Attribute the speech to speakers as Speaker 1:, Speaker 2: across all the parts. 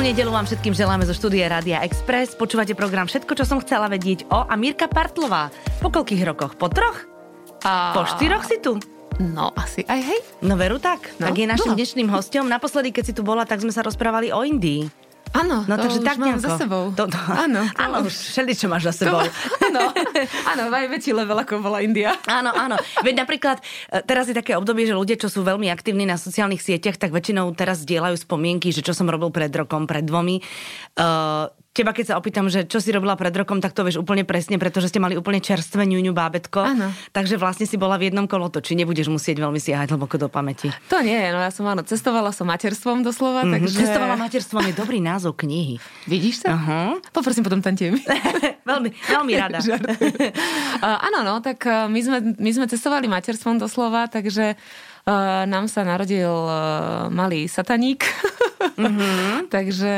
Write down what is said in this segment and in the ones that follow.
Speaker 1: nedelu vám všetkým želáme zo štúdie Rádia Express. Počúvate program Všetko, čo som chcela vedieť o a Mírka Partlová. Po koľkých rokoch? Po troch?
Speaker 2: A...
Speaker 1: Po štyroch si tu?
Speaker 2: No, asi aj hej.
Speaker 1: No veru tak.
Speaker 2: No,
Speaker 1: tak je našim
Speaker 2: bola.
Speaker 1: dnešným hostom. Naposledy, keď si tu bola, tak sme sa rozprávali o Indii.
Speaker 2: Áno,
Speaker 1: No
Speaker 2: to
Speaker 1: takže
Speaker 2: už
Speaker 1: tak
Speaker 2: mám
Speaker 1: nejako.
Speaker 2: za sebou.
Speaker 1: To, to,
Speaker 2: Áno, to
Speaker 1: áno, už
Speaker 2: už.
Speaker 1: všeličo máš za sebou.
Speaker 2: Áno, áno, najväčší level, ako bola India.
Speaker 1: Áno, áno. Veď napríklad e, teraz je také obdobie, že ľudia, čo sú veľmi aktívni na sociálnych sieťach, tak väčšinou teraz dielajú spomienky, že čo som robil pred rokom, pred dvomi. Uh, teba keď sa opýtam, že čo si robila pred rokom, tak to vieš úplne presne, pretože ste mali úplne čerstvé ňuňu bábetko.
Speaker 2: Áno.
Speaker 1: Takže vlastne si bola v jednom kolotoči, nebudeš musieť veľmi siahať hlboko do pamäti.
Speaker 2: To nie, no ja som áno, cestovala som materstvom
Speaker 1: Mhm.
Speaker 2: doslova, mm-hmm. takže...
Speaker 1: Cestovala materstvom je dobrý názov knihy.
Speaker 2: Vidíš sa?
Speaker 1: Aha.
Speaker 2: Poprosím potom ten tým.
Speaker 1: veľmi, veľmi rada.
Speaker 2: Žartujem. Uh, áno, no, tak uh, my sme, my sme cestovali materstvom doslova, takže uh, nám sa narodil uh, malý sataník.
Speaker 1: Mhm.
Speaker 2: Mm-hmm. takže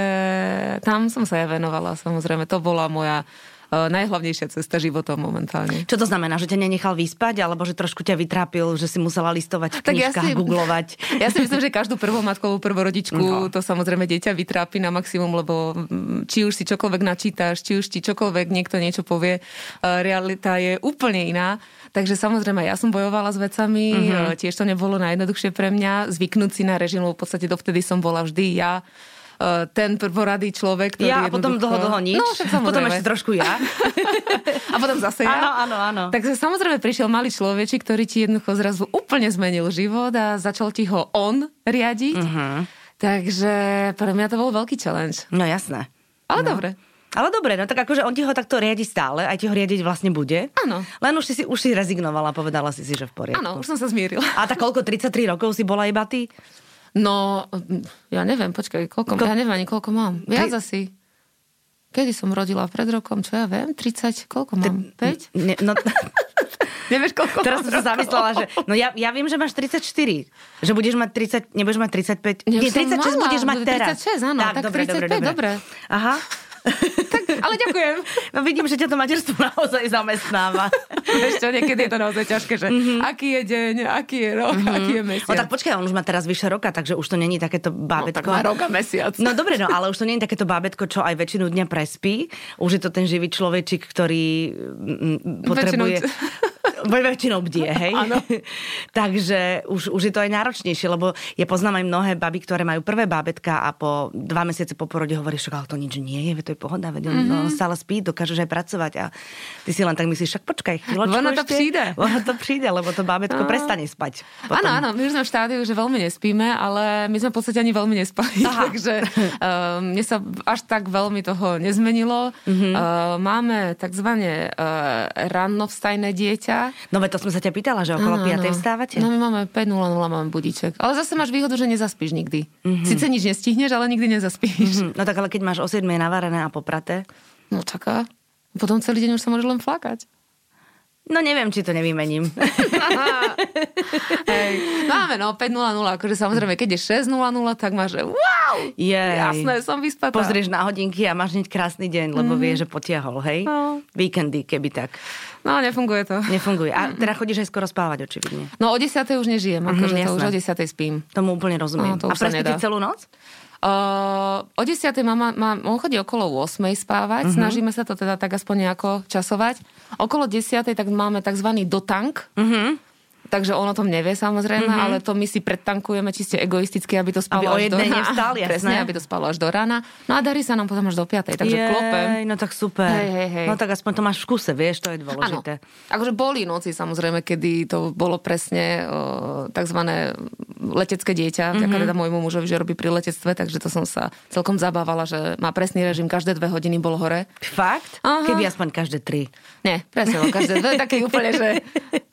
Speaker 2: tam som sa ja venovala, samozrejme. To bola moja uh, najhlavnejšia cesta životom momentálne.
Speaker 1: Čo to znamená, že ťa nenechal vyspať, alebo že trošku ťa vytrápil, že si musela listovať v
Speaker 2: Tak ja
Speaker 1: knižkách,
Speaker 2: si-
Speaker 1: googlovať?
Speaker 2: Ja si myslím, že každú prvomatkovú prvorodičku
Speaker 1: No.
Speaker 2: no. to samozrejme dieťa vytrápi na maximum, lebo mm, či už si čokoľvek načítaš, či už ti čokoľvek niekto niečo povie, e, realita je úplne iná. Takže samozrejme, ja som bojovala s vecami,
Speaker 1: Mhm.
Speaker 2: mm-hmm. tiež to nebolo najjednoduchšie pre mňa, zvyknúť si na režim, lebo v podstate dovtedy som bola vždy ja, e, ten prvoradý človek, ktorý
Speaker 1: Ja a potom
Speaker 2: jednoducho-
Speaker 1: dlho, dlho nič.
Speaker 2: No, však samozrejme.
Speaker 1: potom ešte trošku ja.
Speaker 2: A potom zase ja.
Speaker 1: Áno, áno, áno.
Speaker 2: Takže samozrejme prišiel malý človečik, ktorý ti jednoducho zrazu úplne zmenil život a začal ti ho on riadiť. Uh-huh. Takže pre mňa to bol veľký challenge.
Speaker 1: No jasné.
Speaker 2: Ale no. dobre.
Speaker 1: Ale dobre, no tak akože on ti ho takto riadi stále, aj ti ho riadiť vlastne bude.
Speaker 2: Áno.
Speaker 1: Len už si, si, už si rezignovala, povedala si si, že v poriadku.
Speaker 2: Áno, už som sa zmierila.
Speaker 1: A tak koľko, 33 rokov si bola iba ty?
Speaker 2: No, mm, ja neviem, počkaj, koľko,
Speaker 1: Ko-
Speaker 2: ja neviem ani koľko mám.
Speaker 1: Tri-
Speaker 2: Viac asi. Kedy som rodila? Pred rokom, čo ja viem? 30, koľko mám? 5?
Speaker 1: Ne, no,
Speaker 2: Nevieš, koľko
Speaker 1: teraz
Speaker 2: mám
Speaker 1: som sa
Speaker 2: rokov?
Speaker 1: zamyslela, že no ja, ja viem, že máš 34, že budeš mať 30, nebudeš mať 35,
Speaker 2: Nie,
Speaker 1: nie,
Speaker 2: už som
Speaker 1: 36
Speaker 2: mala,
Speaker 1: budeš mať teraz.
Speaker 2: 36, áno, tak 35, dobre.
Speaker 1: Aha.
Speaker 2: Tak, ale ďakujem.
Speaker 1: No vidím, že ťa to materstvo naozaj zamestnáva.
Speaker 2: Vieš čo, niekedy je to naozaj ťažké, že mm-hmm. aký je deň, aký je rok, mm-hmm. No, aký je
Speaker 1: No
Speaker 2: mesiac.
Speaker 1: tak počkaj, on už má teraz vyše roka, takže už to není takéto bábetko.
Speaker 2: má rok a mesiac.
Speaker 1: No dobre, no ale už to nie je takéto bábetko, čo aj väčšinu dňa prespí. Už je to ten živý človečik, ktorý mm, potrebuje... Väčšinou... väčšinou bdie, hej?
Speaker 2: Áno.
Speaker 1: Takže už, už je to aj náročnejšie, lebo ja poznám aj mnohé baby, ktoré majú prvé bábetka a po dva mesiace po porode hovorí, že ale to nič nie je, veď to je pohoda, veď on mm-hmm.
Speaker 2: Mhm.
Speaker 1: stále spí, dokážeš aj pracovať a ty si len tak myslíš, však počkaj chvíľočku
Speaker 2: Ono to
Speaker 1: ešte,
Speaker 2: príde.
Speaker 1: Ono to príde, lebo to bábetko
Speaker 2: No.
Speaker 1: prestane spať.
Speaker 2: Áno, áno, my už sme v štádiu, že veľmi nespíme, ale my sme v podstate ani veľmi nespali,
Speaker 1: Aha.
Speaker 2: Aha. takže uh, mne sa až tak veľmi toho nezmenilo. Uh-huh. Uh, máme takzvané uh, rannovstajné dieťa.
Speaker 1: No veď to som sa ťa pýtala, že okolo
Speaker 2: Áno,
Speaker 1: 5.
Speaker 2: áno.
Speaker 1: vstávate?
Speaker 2: No my máme 5.00, máme budíček. Ale zase máš výhodu, že nezaspíš nikdy. Uh-huh. Sice nič nestihneš, ale nikdy nezaspíš.
Speaker 1: Hm,
Speaker 2: Uh-huh.
Speaker 1: No tak ale keď máš o 7 navarené a popraté,
Speaker 2: No čaká. Potom celý deň už sa môžeš len flakať.
Speaker 1: no neviem, či to nevymením.
Speaker 2: Hej. Máme, no, 5.00, akože samozrejme, keď je 6.00, tak máš, že wow,
Speaker 1: Jej.
Speaker 2: jasné, som vyspatá.
Speaker 1: Pozrieš na hodinky a máš hneď krásny deň, lebo mm-hmm. vie, že potiahol, hej?
Speaker 2: Mhm. No.
Speaker 1: Víkendy, keby tak.
Speaker 2: No, nefunguje to.
Speaker 1: Nefunguje. A
Speaker 2: Mhm.
Speaker 1: teda chodíš aj skoro spávať, očividne.
Speaker 2: No, o 10. už nežijem, akože
Speaker 1: Mhm,
Speaker 2: to už
Speaker 1: jasné.
Speaker 2: o 10. spím.
Speaker 1: Tomu úplne rozumiem.
Speaker 2: No, to
Speaker 1: a
Speaker 2: už sa
Speaker 1: prespíte
Speaker 2: nedá.
Speaker 1: celú noc?
Speaker 2: Uh, o 10. mama, má, on chodí okolo 8.
Speaker 1: Mhm.
Speaker 2: spávať, uh-huh. snažíme sa to teda tak aspoň nejako časovať. Okolo 10. tak máme tzv. dotank,
Speaker 1: Mhm.
Speaker 2: takže on o tom nevie samozrejme, mm-hmm. ale to my si predtankujeme čiste egoisticky, aby to
Speaker 1: Aby
Speaker 2: spalo
Speaker 1: o
Speaker 2: až do
Speaker 1: jednej
Speaker 2: rána.
Speaker 1: nevstal, jasné.
Speaker 2: Presne, aby to spalo až do rána. No a darí sa nám potom až do 5. Takže
Speaker 1: Jej,
Speaker 2: klopem.
Speaker 1: No tak super.
Speaker 2: Hej, hej, hej.
Speaker 1: No tak aspoň to máš v kuse, vieš, to je dôležité.
Speaker 2: Áno. Akože boli noci samozrejme, kedy to bolo presne uh, tzv. letecké dieťa, mm-hmm.
Speaker 1: Mhm.
Speaker 2: vďaka teda môjmu mužovi, že robí pri letectve, takže to som sa celkom zabávala, že má presný režim, každé dve hodiny bol hore.
Speaker 1: Fakt?
Speaker 2: Aha.
Speaker 1: Keby aspoň každé tri.
Speaker 2: Nie, presne, no, každé dve, taký úplne, že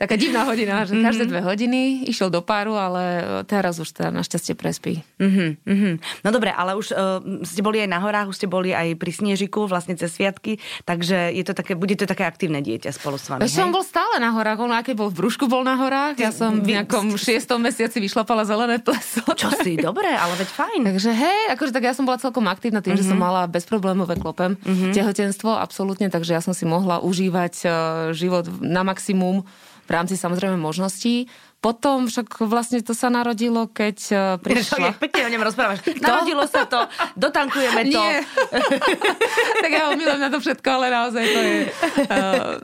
Speaker 2: taká divná hodina,
Speaker 1: Mhm.
Speaker 2: že každé dve hodiny išiel do páru, ale eh, teraz už teda našťastie prespí.
Speaker 1: Mm-hmm, mm-hmm. No dobre, ale už uh, ste boli aj na horách, už ste boli aj pri snežiku, vlastne cez sviatky, takže je to také, bude to také aktívne dieťa spolu s vami.
Speaker 2: Ešte on bol stále na horách, on aj keď bol v brúšku, bol na horách, ja
Speaker 1: vy-
Speaker 2: som v nejakom šiestom mesiaci vyšlapala zelené pleso.
Speaker 1: Čo si, dobre, ale veď fajn.
Speaker 2: Takže hej, akože tak ja som bola celkom aktívna tým, mm-hmm. že som mala bezproblémové klopem mm-hmm. tehotenstvo, absolútne, takže e, ja som si mohla užívať eh, život na maximum v rámci samozrejme možností. Potom však vlastne to sa narodilo, keď eh, prišla...
Speaker 1: Pekne o ňom rozprávaš. Narodilo sa to, dotankujeme to.
Speaker 2: Nie. tak ja ho milujem na to všetko, ale naozaj to je... Uh,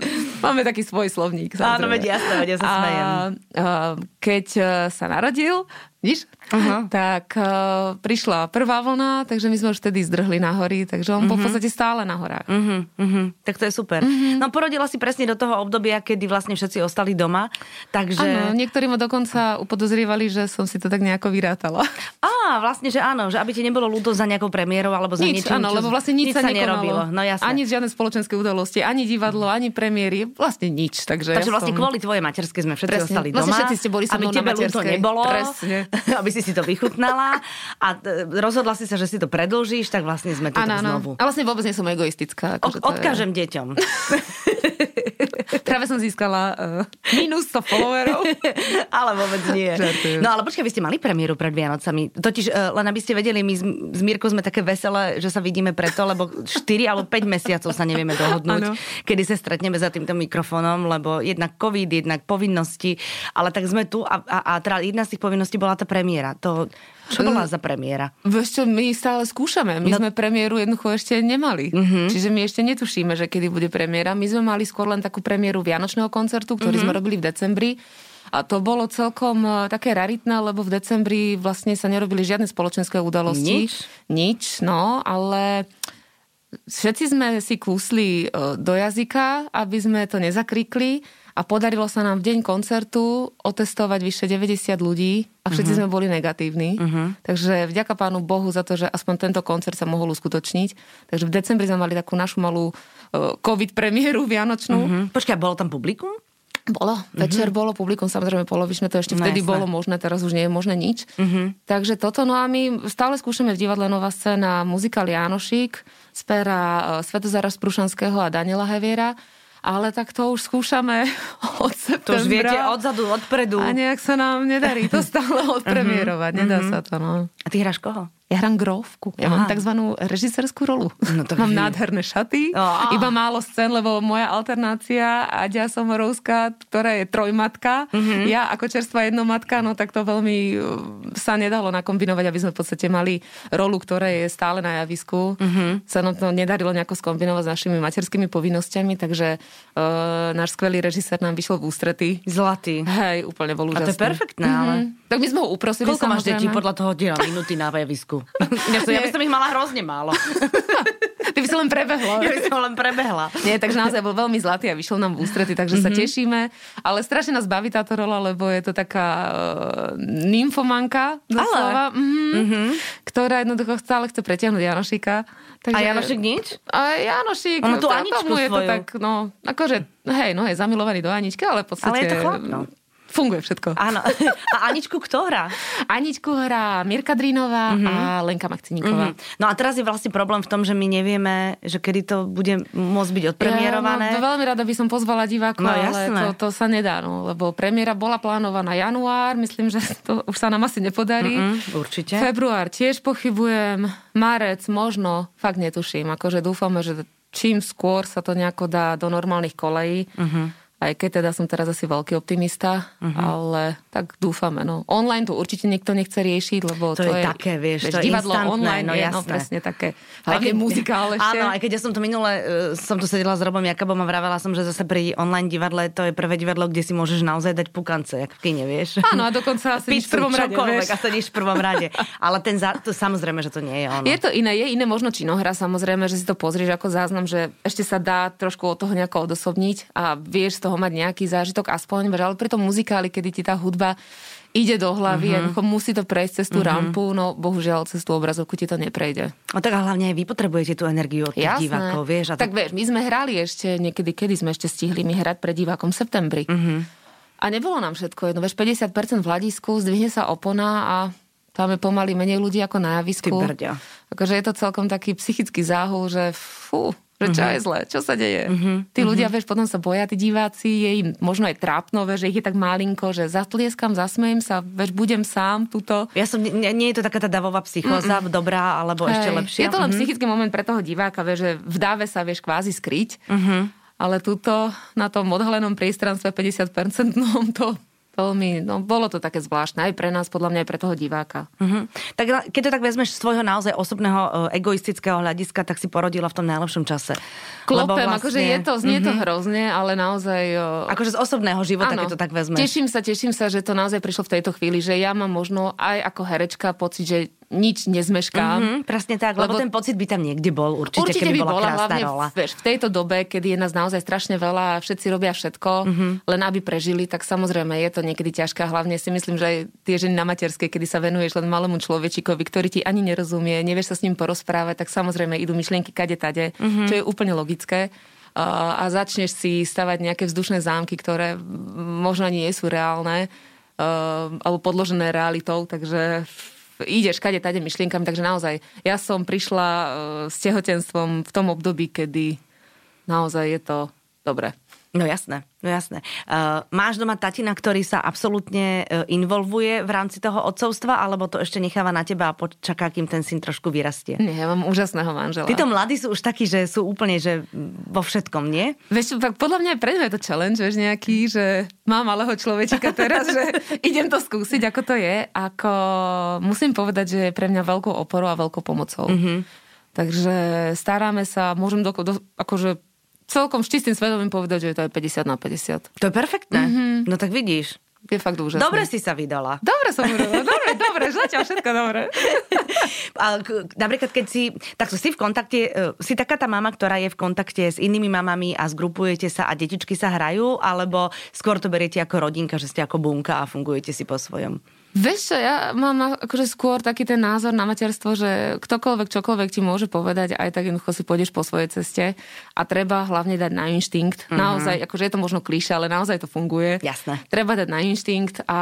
Speaker 2: máme taký svoj slovník.
Speaker 1: Áno,
Speaker 2: samozrejme.
Speaker 1: veď jasné, veď ja sa
Speaker 2: A,
Speaker 1: smejem.
Speaker 2: uh, keď uh, sa narodil, vidíš,
Speaker 1: Aha.
Speaker 2: tak uh, prišla prvá vlna, takže my sme už vtedy zdrhli na hory, takže on
Speaker 1: Mhm.
Speaker 2: bol v podstate stále na horách.
Speaker 1: Uh-huh, uh-huh. Tak to je super. Uh-huh.
Speaker 2: Mm-hmm.
Speaker 1: No porodila si presne do toho obdobia, kedy vlastne všetci ostali doma, takže...
Speaker 2: Áno, niektorí ma dokonca upodozrievali, že som si to tak nejako vyrátala.
Speaker 1: Á, vlastne, že áno, že aby ti nebolo ľúto za nejakou premiérou alebo za
Speaker 2: Nič,
Speaker 1: niečím,
Speaker 2: áno,
Speaker 1: čo-
Speaker 2: lebo vlastne nič, sa
Speaker 1: nerobilo.
Speaker 2: nekonalo.
Speaker 1: No jasné.
Speaker 2: Ani žiadne spoločenské udalosti, ani divadlo, ani premiéry, vlastne nič. Takže,
Speaker 1: Takže
Speaker 2: ja
Speaker 1: vlastne
Speaker 2: som...
Speaker 1: kvôli tvojej materskej sme všetci
Speaker 2: Presne.
Speaker 1: ostali doma.
Speaker 2: Vlastne všetci ste boli so
Speaker 1: aby
Speaker 2: mnou na
Speaker 1: tebe ľúto
Speaker 2: materskej.
Speaker 1: nebolo,
Speaker 2: Presne.
Speaker 1: aby si si to vychutnala a e, rozhodla si sa, že si to predlžíš, tak vlastne sme tu
Speaker 2: Áno,
Speaker 1: tak
Speaker 2: áno.
Speaker 1: znovu.
Speaker 2: A vlastne vôbec nie som
Speaker 1: O-
Speaker 2: egoistická. akože to je-
Speaker 1: odkážem deťom.
Speaker 2: Práve som získala uh, minus 100 followerov.
Speaker 1: ale vôbec nie.
Speaker 2: Žartujem.
Speaker 1: No ale počkaj, vy ste mali premiéru pred Vianocami. Totiž, e, len aby ste vedeli, my s, s Mírkou sme také veselé, že sa vidíme preto, lebo 4 alebo 5 mesiacov sa nevieme dohodnúť,
Speaker 2: Áno.
Speaker 1: kedy sa stretneme za týmto mikrofónom, lebo jednak COVID, jednak povinnosti, ale tak sme tu a, a, a teda jedna z tých povinností bola tá premiéra. To, čo
Speaker 2: Mm.
Speaker 1: bola za premiéra?
Speaker 2: Vieš čo, my stále skúšame. My
Speaker 1: No-
Speaker 2: no. sme premiéru jednoducho ešte nemali. Mm-hmm. Čiže my ešte netušíme, že kedy bude premiéra. My sme mali skôr len takú premiéru Vianočného koncertu, ktorý mm-hmm. sme robili v decembri. A to bolo celkom eh, také raritné, lebo v decembri vlastne sa nerobili žiadne spoločenské udalosti.
Speaker 1: Nič?
Speaker 2: Nič, no, ale všetci sme si kúsli e, do jazyka, aby sme to nezakrikli a podarilo sa nám v deň koncertu otestovať vyše 90 ľudí a všetci sme boli negatívni. Takže vďaka pánu Bohu za to, že aspoň tento koncert sa mohol uskutočniť. Takže v decembri sme mali takú našu malú e, covid premiéru vianočnú.
Speaker 1: Hm? Počkaj, bolo tam publikum?
Speaker 2: Bolo, večer bolo, publikum samozrejme polovičné, to ešte
Speaker 1: Mhm. No
Speaker 2: vtedy
Speaker 1: jasné. Mhm.
Speaker 2: bolo možné, teraz už nie je možné nič. Takže toto, no a my stále skúšame v divadle Nová scéna muzikál Jánošík z pera e, Svetozara Sprušanského a Daniela Heviera, ale tak to už skúšame od
Speaker 1: To
Speaker 2: septembra.
Speaker 1: už viete, odzadu, odpredu.
Speaker 2: A nejak sa nám nedarí to stále odpremierovať,
Speaker 1: Mhm.
Speaker 2: nedá sa to, no.
Speaker 1: A ty hráš koho?
Speaker 2: Ja hrám grovku. Ja mám
Speaker 1: Aha.
Speaker 2: tzv. režisérskú rolu.
Speaker 1: No to
Speaker 2: mám
Speaker 1: je.
Speaker 2: nádherné šaty,
Speaker 1: Á.
Speaker 2: iba málo scén, lebo moja alternácia Aďa Somorovská, ktorá je trojmatka,
Speaker 1: Mhm.
Speaker 2: ja ako čerstvá jednomatka, no tak to veľmi uh, sa nedalo nakombinovať, aby sme v podstate mali rolu, ktorá je stále na javisku.
Speaker 1: Mhm.
Speaker 2: Sa nám to nedarilo nejako skombinovať s našimi materskými povinnosťami, takže uh, náš skvelý režisér nám vyšiel v ústrety.
Speaker 1: Zlatý.
Speaker 2: Hej, úplne bol
Speaker 1: A to
Speaker 2: úžasný. Mhm.
Speaker 1: je perfektné, ale...
Speaker 2: Tak my sme ho uprosili
Speaker 1: Koľko máš
Speaker 2: samozrejme.
Speaker 1: detí podľa toho diela minúty na javisku? Ja, som, ja by
Speaker 2: Nie.
Speaker 1: som ich mala hrozne málo.
Speaker 2: Ty by si len prebehla.
Speaker 1: Ja by som len prebehla.
Speaker 2: Nie, takže naozaj bol veľmi zlatý a vyšiel nám v ústrety, takže
Speaker 1: Mhm.
Speaker 2: sa tešíme. Ale strašne nás baví táto rola, lebo je to taká uh, nymfomanka, doslova, mhm, ktorá jednoducho stále chce pretiahnuť Janošika. Takže...
Speaker 1: A Janošek nič?
Speaker 2: A Janošik,
Speaker 1: Ona tú
Speaker 2: to-
Speaker 1: Aničku
Speaker 2: tomu je to
Speaker 1: svoju.
Speaker 2: tak, no, akože, hej, no je zamilovaný do Aničky, ale v podstate...
Speaker 1: Ale je to chlap, no.
Speaker 2: Funguje všetko.
Speaker 1: Áno. A Aničku kto hrá?
Speaker 2: Aničku hrá Mirka Drinová a Lenka Makciníková.
Speaker 1: Mhm. No a teraz je vlastne problém v tom, že my nevieme, že kedy to bude môcť byť odpremierované.
Speaker 2: Ja, no, veľmi rada by som pozvala divákov,
Speaker 1: No, jasné.
Speaker 2: ale to, to sa nedá, no, lebo premiéra bola plánovaná január, myslím, že to už sa nám asi nepodarí.
Speaker 1: Mm, určite.
Speaker 2: Február tiež pochybujem, marec možno, fakt netuším, akože dúfame, že čím skôr sa to nejako dá do normálnych kolejí.
Speaker 1: Mm-hmm.
Speaker 2: Aj keď teda som teraz asi veľký optimista, ale tak dúfame. No. Online to určite niekto nechce riešiť, lebo
Speaker 1: To
Speaker 2: to,
Speaker 1: je také, vieš, to je
Speaker 2: divadlo
Speaker 1: instantné,
Speaker 2: online
Speaker 1: no
Speaker 2: je, no
Speaker 1: jasné.
Speaker 2: presne také.
Speaker 1: Aj
Speaker 2: Hlavne
Speaker 1: keď-
Speaker 2: muzikál ešte.
Speaker 1: Áno, aj keď ja som to minule, e, som tu sedela s Robom Jakabom a vravela som, že zase pri online divadle to je prvé divadlo, kde si môžeš naozaj dať pukance, jak v kine, vieš.
Speaker 2: Áno, a dokonca asi nič v prvom rade,
Speaker 1: čokoľvek,
Speaker 2: vieš.
Speaker 1: a sedíš v prvom rade. Ale ten za, to, samozrejme, že to nie je ono.
Speaker 2: Je to iné, je iné možno činohra, samozrejme, že si to pozrieš ako záznam, že ešte sa dá trošku od toho nejako odosobniť a vieš z toho mať nejaký zážitok aspoň, vieš, ale pri tom muzikáli, kedy ti tá hudba ide do hlavy, mm-hmm. jednoducho musí to prejsť cez tú mm-hmm. rampu, no bohužiaľ cez tú obrazovku ti to neprejde.
Speaker 1: No tak a hlavne aj vy potrebujete tú energiu od tých
Speaker 2: Jasné.
Speaker 1: divákov, vieš. A
Speaker 2: tak vieš, my sme hrali ešte niekedy, kedy sme ešte stihli my hrať pred divákom v septembri.
Speaker 1: Mhm.
Speaker 2: A nebolo nám všetko jedno. Vieš, 50% v hľadisku, zdvihne sa opona a tam je pomaly menej ľudí ako na javisku.
Speaker 1: Ty brďo.
Speaker 2: Takže je to celkom taký psychický záhul, že fú, že
Speaker 1: Mhm.
Speaker 2: čo je zle, čo sa deje. Tí ľudia, vieš, potom sa boja, tí diváci, je im možno aj trápno, vieš, že ich je tak malinko, že zatlieskam, zasmejem sa, vieš, budem sám tuto.
Speaker 1: Ja som, nie, nie je to taká tá davová psychóza, dobrá, alebo ešte Mhm.
Speaker 2: Hej,
Speaker 1: lepšia.
Speaker 2: Je to len psychický moment pre toho diváka, vieš, že v dáve sa vieš kvázi
Speaker 1: Mhm.
Speaker 2: skryť, ale tuto na tom odhalenom priestranstve 50-percentnom to veľmi, no bolo to také zvláštne aj pre nás, podľa mňa aj pre toho diváka.
Speaker 1: Uh-huh. Tak keď to tak vezmeš z svojho naozaj osobného e, egoistického hľadiska, tak si porodila v tom najlepšom čase. Lebo
Speaker 2: Klopem, vlastne... akože je to, znie to hrozne, ale naozaj... o,
Speaker 1: Akože z osobného života, keď to tak vezmeš.
Speaker 2: Teším sa, teším sa, že to naozaj prišlo v tejto chvíli, že ja mám možno aj ako herečka pocit, že nič nezmeškám.
Speaker 1: Mhm, presne tak, lebo, lebo
Speaker 2: Lebo-
Speaker 1: ten pocit by tam niekde bol určite,
Speaker 2: Určite
Speaker 1: keby
Speaker 2: by
Speaker 1: bola,
Speaker 2: bola
Speaker 1: krásna
Speaker 2: hlavne
Speaker 1: rola.
Speaker 2: vieš, v tejto dobe, kedy je nás naozaj strašne veľa a všetci robia všetko,
Speaker 1: Mhm.
Speaker 2: mm-hmm. len aby prežili, tak samozrejme je to niekedy ťažké. a Hlavne si myslím, že aj tie ženy na materskej, kedy sa venuješ len malému človečikovi, ktorý ti ani nerozumie, nevieš sa s ním porozprávať, tak samozrejme idú myšlienky kade tade,
Speaker 1: Mhm.
Speaker 2: mm-hmm. čo je úplne logické. A- a začneš si stavať nejaké vzdušné zámky, ktoré mm, možno ani nie sú reálne eh, alebo podložené realitou, takže f- ideš kade tade myšlienkami, takže naozaj ja som prišla eh, s tehotenstvom v tom období, kedy naozaj je to dobre.
Speaker 1: No jasné, no jasné. Uh, máš doma tatina, ktorý sa absolútne uh, involvuje v rámci toho odcovstva, alebo to ešte necháva na teba a počaká, kým ten syn trošku vyrastie?
Speaker 2: Nie, ja mám úžasného manžela.
Speaker 1: Títo mladí sú už takí, že sú úplne že vo všetkom, nie?
Speaker 2: Vieš, čo, tak podľa mňa je pre mňa je to challenge, vieš, nejaký, že mám malého človečika teraz, že idem to skúsiť, ako to je. Ako musím povedať, že je pre mňa veľkou oporou a veľkou pomocou. Mm-hmm. Takže staráme sa, môžem do, do, akože celkom s čistým svedomím povedať, že je to aj 50 na 50.
Speaker 1: To je perfektné. Mm-hmm. No tak vidíš.
Speaker 2: Je fakt úžasné.
Speaker 1: Dobre si sa vydala.
Speaker 2: Dobre som urobila, dobre, dobre, zatiaľ všetko dobre.
Speaker 1: A k- napríklad, keď si, tak si v kontakte, e, si taká tá mama, ktorá je v kontakte s inými mamami a zgrupujete sa a detičky sa hrajú, alebo skôr to beriete ako rodinka, že ste ako bunka a fungujete si po svojom.
Speaker 2: Vieš čo, ja mám akože skôr taký ten názor na materstvo, že ktokoľvek, čokoľvek ti môže povedať, aj tak jednoducho si pôjdeš po svojej ceste a treba hlavne dať na inštinkt. Mm-hmm. Naozaj, akože je to možno klíša, ale naozaj to funguje.
Speaker 1: Jasné.
Speaker 2: Treba dať na inštinkt a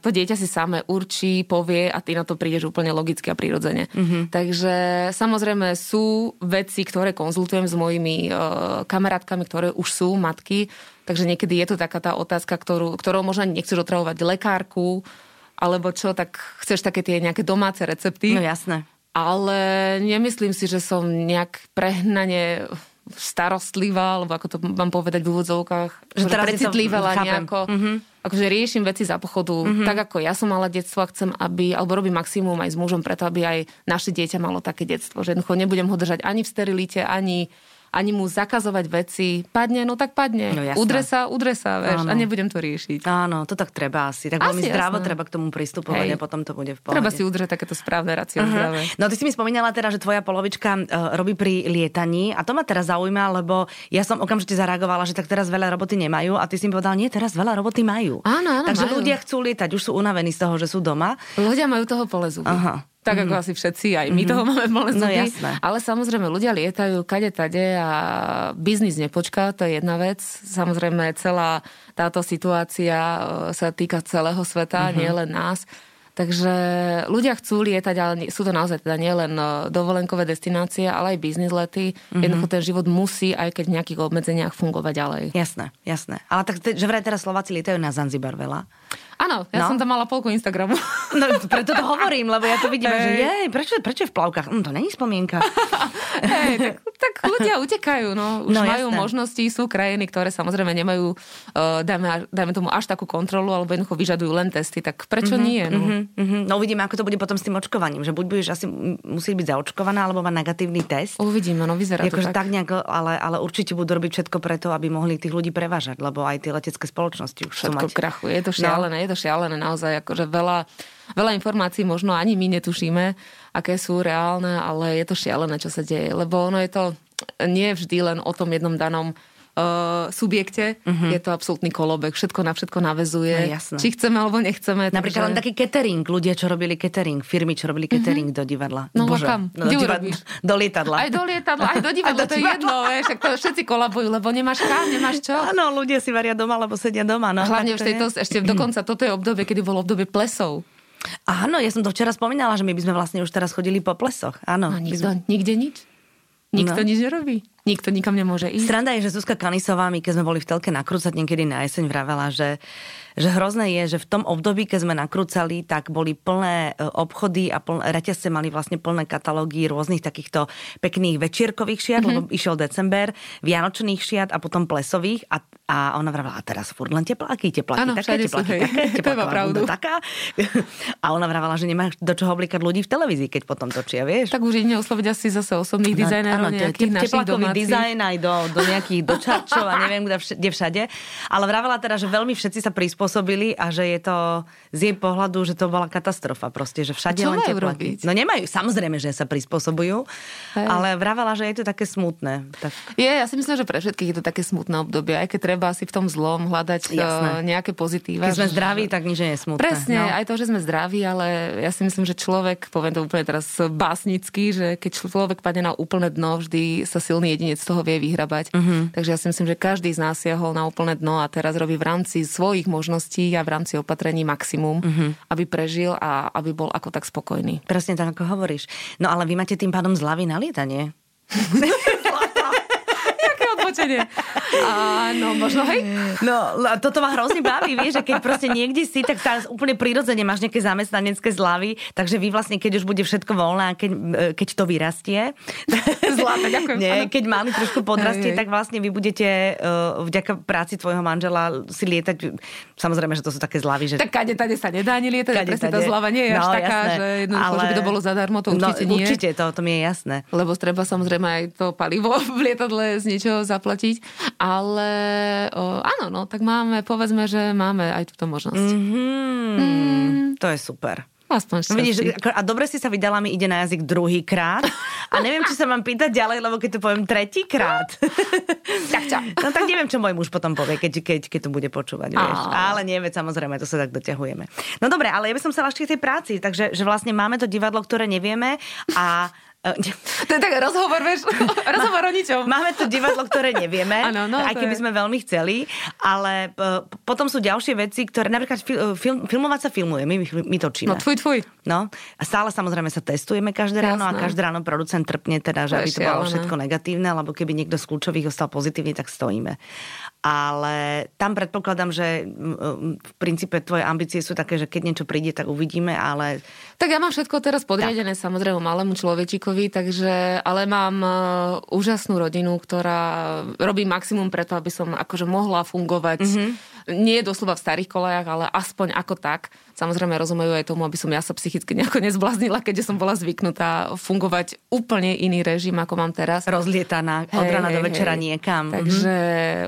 Speaker 2: to dieťa si samé určí, povie a ty na to prídeš úplne logicky a prirodzene. Mm-hmm. Takže samozrejme sú veci, ktoré konzultujem s mojimi uh, kamarátkami, ktoré už sú matky, takže niekedy je to taká tá otázka, ktorú, ktorou možno ani nechceš otravovať lekárku, alebo čo, tak chceš také tie nejaké domáce recepty.
Speaker 1: No jasné.
Speaker 2: Ale nemyslím si, že som nejak prehnane starostlivá, alebo ako to mám povedať v úvodzovkách,
Speaker 1: Že
Speaker 2: že
Speaker 1: teraz
Speaker 2: teraz
Speaker 1: je to-
Speaker 2: precitlivala
Speaker 1: chápem. Mhm.
Speaker 2: nejako. Mm-hmm. Akože riešim veci za pochodu, mm-hmm. tak ako ja som mala detstvo a chcem, aby, alebo robím maximum aj s mužom preto, aby aj naše dieťa malo také detstvo. Že jednoducho nebudem ho držať ani v sterilite, ani, ani mu zakazovať veci. Padne, no tak padne.
Speaker 1: No jasné.
Speaker 2: udre sa, udre sa, vieš,
Speaker 1: Áno.
Speaker 2: a nebudem to riešiť.
Speaker 1: Áno, to tak treba asi. Tak veľmi
Speaker 2: Asi,
Speaker 1: zdravo
Speaker 2: jasné.
Speaker 1: treba k tomu pristupovať
Speaker 2: Hej.
Speaker 1: a potom to bude v pohode.
Speaker 2: Treba si udržať takéto správne racio uh-huh. zdravé.
Speaker 1: No ty si mi spomínala teda, že tvoja polovička e, robí pri lietaní a to ma teraz zaujíma, lebo ja som okamžite zareagovala, že tak teraz veľa roboty nemajú a ty si mi povedal, nie, teraz veľa roboty majú.
Speaker 2: Áno, áno,
Speaker 1: Takže
Speaker 2: majú.
Speaker 1: ľudia chcú lietať, už sú unavení z toho, že sú doma.
Speaker 2: Ľudia majú toho plné zuby.
Speaker 1: Aha. Mhm.
Speaker 2: Tak ako asi všetci, aj my toho máme plné
Speaker 1: No
Speaker 2: zuby.
Speaker 1: jasné.
Speaker 2: Ale samozrejme, ľudia lietajú kade tade a biznis nepočká, to je jedna vec. Samozrejme, celá táto situácia e, sa týka celého
Speaker 1: Mhm.
Speaker 2: sveta, nie len nás. Takže ľudia chcú lietať, ale nie- sú to naozaj teda nielen e, dovolenkové destinácie, ale aj biznis lety.
Speaker 1: Mhm.
Speaker 2: Jednoducho ten život musí, aj keď v nejakých obmedzeniach, fungovať ďalej.
Speaker 1: Jasné, jasné. Ale tak, te- že vraj teraz Slováci lietajú na Zanzibar veľa.
Speaker 2: Áno, ja
Speaker 1: No.
Speaker 2: som tam mala polku Instagramu.
Speaker 1: No, preto to hovorím, lebo ja to vidím, že
Speaker 2: Hej.
Speaker 1: jej, prečo, prečo je v plavkách? Hm, to není spomienka.
Speaker 2: Hej, tak, tak ľudia utekajú, no. Už
Speaker 1: No,
Speaker 2: no, majú
Speaker 1: jasné.
Speaker 2: možnosti, sú krajiny, ktoré samozrejme nemajú, uh, dajme, dajme tomu až takú kontrolu, alebo jednoducho vyžadujú len testy, tak prečo mm-hmm, nie? No? Mm-hmm.
Speaker 1: Mhm, No uvidíme, ako to bude potom s tým očkovaním. Že buď budeš asi m- musieť byť zaočkovaná, alebo mať negatívny test.
Speaker 2: Uvidíme, no vyzerá to
Speaker 1: Akože
Speaker 2: tak.
Speaker 1: tak nejak, ale, ale určite budú robiť všetko preto, aby mohli tých ľudí prevážať, lebo aj tie letecké spoločnosti už chcú
Speaker 2: Všetko
Speaker 1: mať.
Speaker 2: krachuje, je to šialené, no. je to šialené naozaj, akože veľa, veľa informácií možno ani my netušíme, aké sú reálne, ale je to šialené, čo sa deje, lebo ono je to nie vždy len o tom jednom danom uh, subjekte, je to absolútny kolobek, všetko na všetko navezuje,
Speaker 1: Mhm. No, jasné.
Speaker 2: či chceme alebo nechceme.
Speaker 1: Napríklad len taký catering, ľudia, čo robili catering, firmy, čo robili catering do divadla.
Speaker 2: Mhm. No,
Speaker 1: Bože,
Speaker 2: a kam?
Speaker 1: No, do,
Speaker 2: Kde
Speaker 1: divadla,
Speaker 2: urobíš?
Speaker 1: do lietadla.
Speaker 2: Aj do lietadla, aj do divadla,
Speaker 1: Aj do
Speaker 2: to je
Speaker 1: divadla.
Speaker 2: jedno, vieš, však to všetci kolabujú, lebo nemáš kam, nemáš čo.
Speaker 1: Áno, ľudia si varia doma, lebo sedia doma. No,
Speaker 2: Hlavne
Speaker 1: tak
Speaker 2: už
Speaker 1: to je.
Speaker 2: tejto, ešte dokonca toto je obdobie, kedy bolo obdobie plesov.
Speaker 1: Áno, ja som to včera spomínala, že my by sme vlastne už teraz chodili po plesoch. Áno.
Speaker 2: No
Speaker 1: My
Speaker 2: nikto, nikde nič. Nikto
Speaker 1: No.
Speaker 2: nič nerobí. Nikto nikam nemôže ísť.
Speaker 1: Sranda je, že Zuzka Kanisová, my keď sme boli v telke nakrúcať niekedy na jeseň, vravela, že že hrozné je, že v tom období, keď sme nakrúcali, tak boli plné e, obchody a plné, reťazce mali vlastne plné katalógy rôznych takýchto pekných večierkových šiat,
Speaker 2: Mhm.
Speaker 1: mm-hmm. lebo išiel december, vianočných šiat a potom plesových a, a ona vravela, a teraz furt len tepláky, tepláky,
Speaker 2: Áno,
Speaker 1: také,
Speaker 2: všade sú,
Speaker 1: tepláky,
Speaker 2: hej.
Speaker 1: také,
Speaker 2: To
Speaker 1: tepláky,
Speaker 2: má
Speaker 1: ale
Speaker 2: pravdu.
Speaker 1: bunda taká. A ona vravela, že nemáš do čoho oblikať ľudí v televízii, keď potom točia, vieš?
Speaker 2: Tak už jedine osloviť asi zase osobných
Speaker 1: No,
Speaker 2: dizajnerov
Speaker 1: áno,
Speaker 2: nejakých
Speaker 1: te-
Speaker 2: našich
Speaker 1: teplakový
Speaker 2: domácich.
Speaker 1: dizajn aj do, do nejakých dočarčov a neviem kde, vš- kde všade. Ale vravela teda, že veľmi všetci sa prispôsobili a že je to z jej pohľadu, že to bola katastrofa proste, že všade
Speaker 2: A čo
Speaker 1: len
Speaker 2: majú
Speaker 1: tepláky.
Speaker 2: robiť?
Speaker 1: No nemajú, samozrejme, že sa prispôsobujú,
Speaker 2: Hej.
Speaker 1: ale vravela, že je to také smutné. Tak
Speaker 2: Je, ja si myslím, že pre všetkých je to také smutné obdobie, aj keď treba asi v tom zlom hľadať
Speaker 1: Jasné.
Speaker 2: eh, nejaké pozitíva.
Speaker 1: keď sme
Speaker 2: že-
Speaker 1: zdraví, tak nič nie je smutné.
Speaker 2: Presne,
Speaker 1: no.
Speaker 2: aj to, že sme zdraví, ale ja si myslím, že človek, poviem to úplne teraz básnicky, že keď človek padne na úplné dno, vždy sa silný jedinec z toho vie vyhrabať.
Speaker 1: Mhm.
Speaker 2: Takže ja si myslím, že každý z nás siahol na úplné dno a teraz robí v rámci svojich možností a v rámci opatrení maximum,
Speaker 1: Mhm.
Speaker 2: aby prežil a aby bol ako tak spokojný.
Speaker 1: Presne tak, ako hovoríš. No ale vy máte tým pádom zľavy na lietanie.
Speaker 2: Také odbočenie. Áno, možno hej.
Speaker 1: No, le- toto ma hrozne baví, vieš, že keď proste niekde si, tak tá úplne prirodzene máš nejaké zamestnanecké zľavy, takže vy vlastne, keď už bude všetko voľné a keď, e, keď to vyrastie,
Speaker 2: Zlaté, ďakujem,
Speaker 1: nie,
Speaker 2: áno.
Speaker 1: keď mali trošku podrastie,
Speaker 2: Hej, hej.
Speaker 1: tak vlastne vy budete uh, vďaka práci tvojho manžela si lietať, samozrejme, že to sú také zľavy, že
Speaker 2: Tak kade tade sa nedá ani lietať,
Speaker 1: kade
Speaker 2: presne tá
Speaker 1: tade. No,
Speaker 2: zľava nie je až taká,
Speaker 1: jasné,
Speaker 2: že jednoducho, že by to bolo zadarmo, to určite
Speaker 1: no,
Speaker 2: nie.
Speaker 1: Určite, to, to mi je jasné.
Speaker 2: lebo treba samozrejme aj to palivo v lietadle z niečoho zaplatiť, ale o, áno, no, tak máme, povedzme, že máme aj túto možnosť. Mm.
Speaker 1: Mhm, To je super.
Speaker 2: Aspoň
Speaker 1: No Vidíš,
Speaker 2: šťastie.
Speaker 1: ako- a dobre si sa vydala, mi ide na jazyk druhýkrát. A neviem, či sa mám pýtať ďalej, lebo keď to poviem tretíkrát.
Speaker 2: Tak čo?
Speaker 1: No tak neviem, čo môj muž potom povie, keď, keď, keď to bude počúvať, vieš.
Speaker 2: Á.
Speaker 1: Ale nie, veď samozrejme, to sa tak doťahujeme. No dobre, ale ja by som sa ešte k tej práci, takže že vlastne máme to divadlo, ktoré nevieme a... e,
Speaker 2: To je tak rozhovor, vieš, rozhovor o ničom.
Speaker 1: Máme tu divadlo, ktoré nevieme,
Speaker 2: Áno, no,
Speaker 1: aj
Speaker 2: to
Speaker 1: keby
Speaker 2: je.
Speaker 1: sme veľmi chceli, ale p- potom sú ďalšie veci, ktoré napríklad fil, e, film, filmovať sa filmuje, my, my točíme.
Speaker 2: No tfuj, tfuj.
Speaker 1: No, a stále samozrejme sa testujeme každé
Speaker 2: Jasné.
Speaker 1: ráno a každé ráno producent trpne teda, že
Speaker 2: To je
Speaker 1: aby to bolo
Speaker 2: šialené.
Speaker 1: všetko negatívne, lebo keby niekto z kľúčových ostal pozitívny, tak stojíme. Ale tam predpokladám, že mm, v princípe tvoje ambície sú také, že keď niečo príde, tak uvidíme, ale
Speaker 2: Tak ja mám všetko teraz podriadené samozrejme malému človečikovi, takže, ale mám uh, úžasnú rodinu, ktorá robí maximum preto, aby som akože mohla fungovať.
Speaker 1: Mhm.
Speaker 2: Mm-hmm. Nie doslova v starých kolejach, ale aspoň ako tak. Samozrejme rozumejú aj tomu, aby som ja sa psychicky nejako nezbláznila, keďže som bola zvyknutá fungovať úplne iný režim, ako mám teraz.
Speaker 1: rozlietaná od
Speaker 2: Hej,
Speaker 1: rána
Speaker 2: hej,
Speaker 1: do večera
Speaker 2: hej.
Speaker 1: niekam. Mhm.
Speaker 2: Takže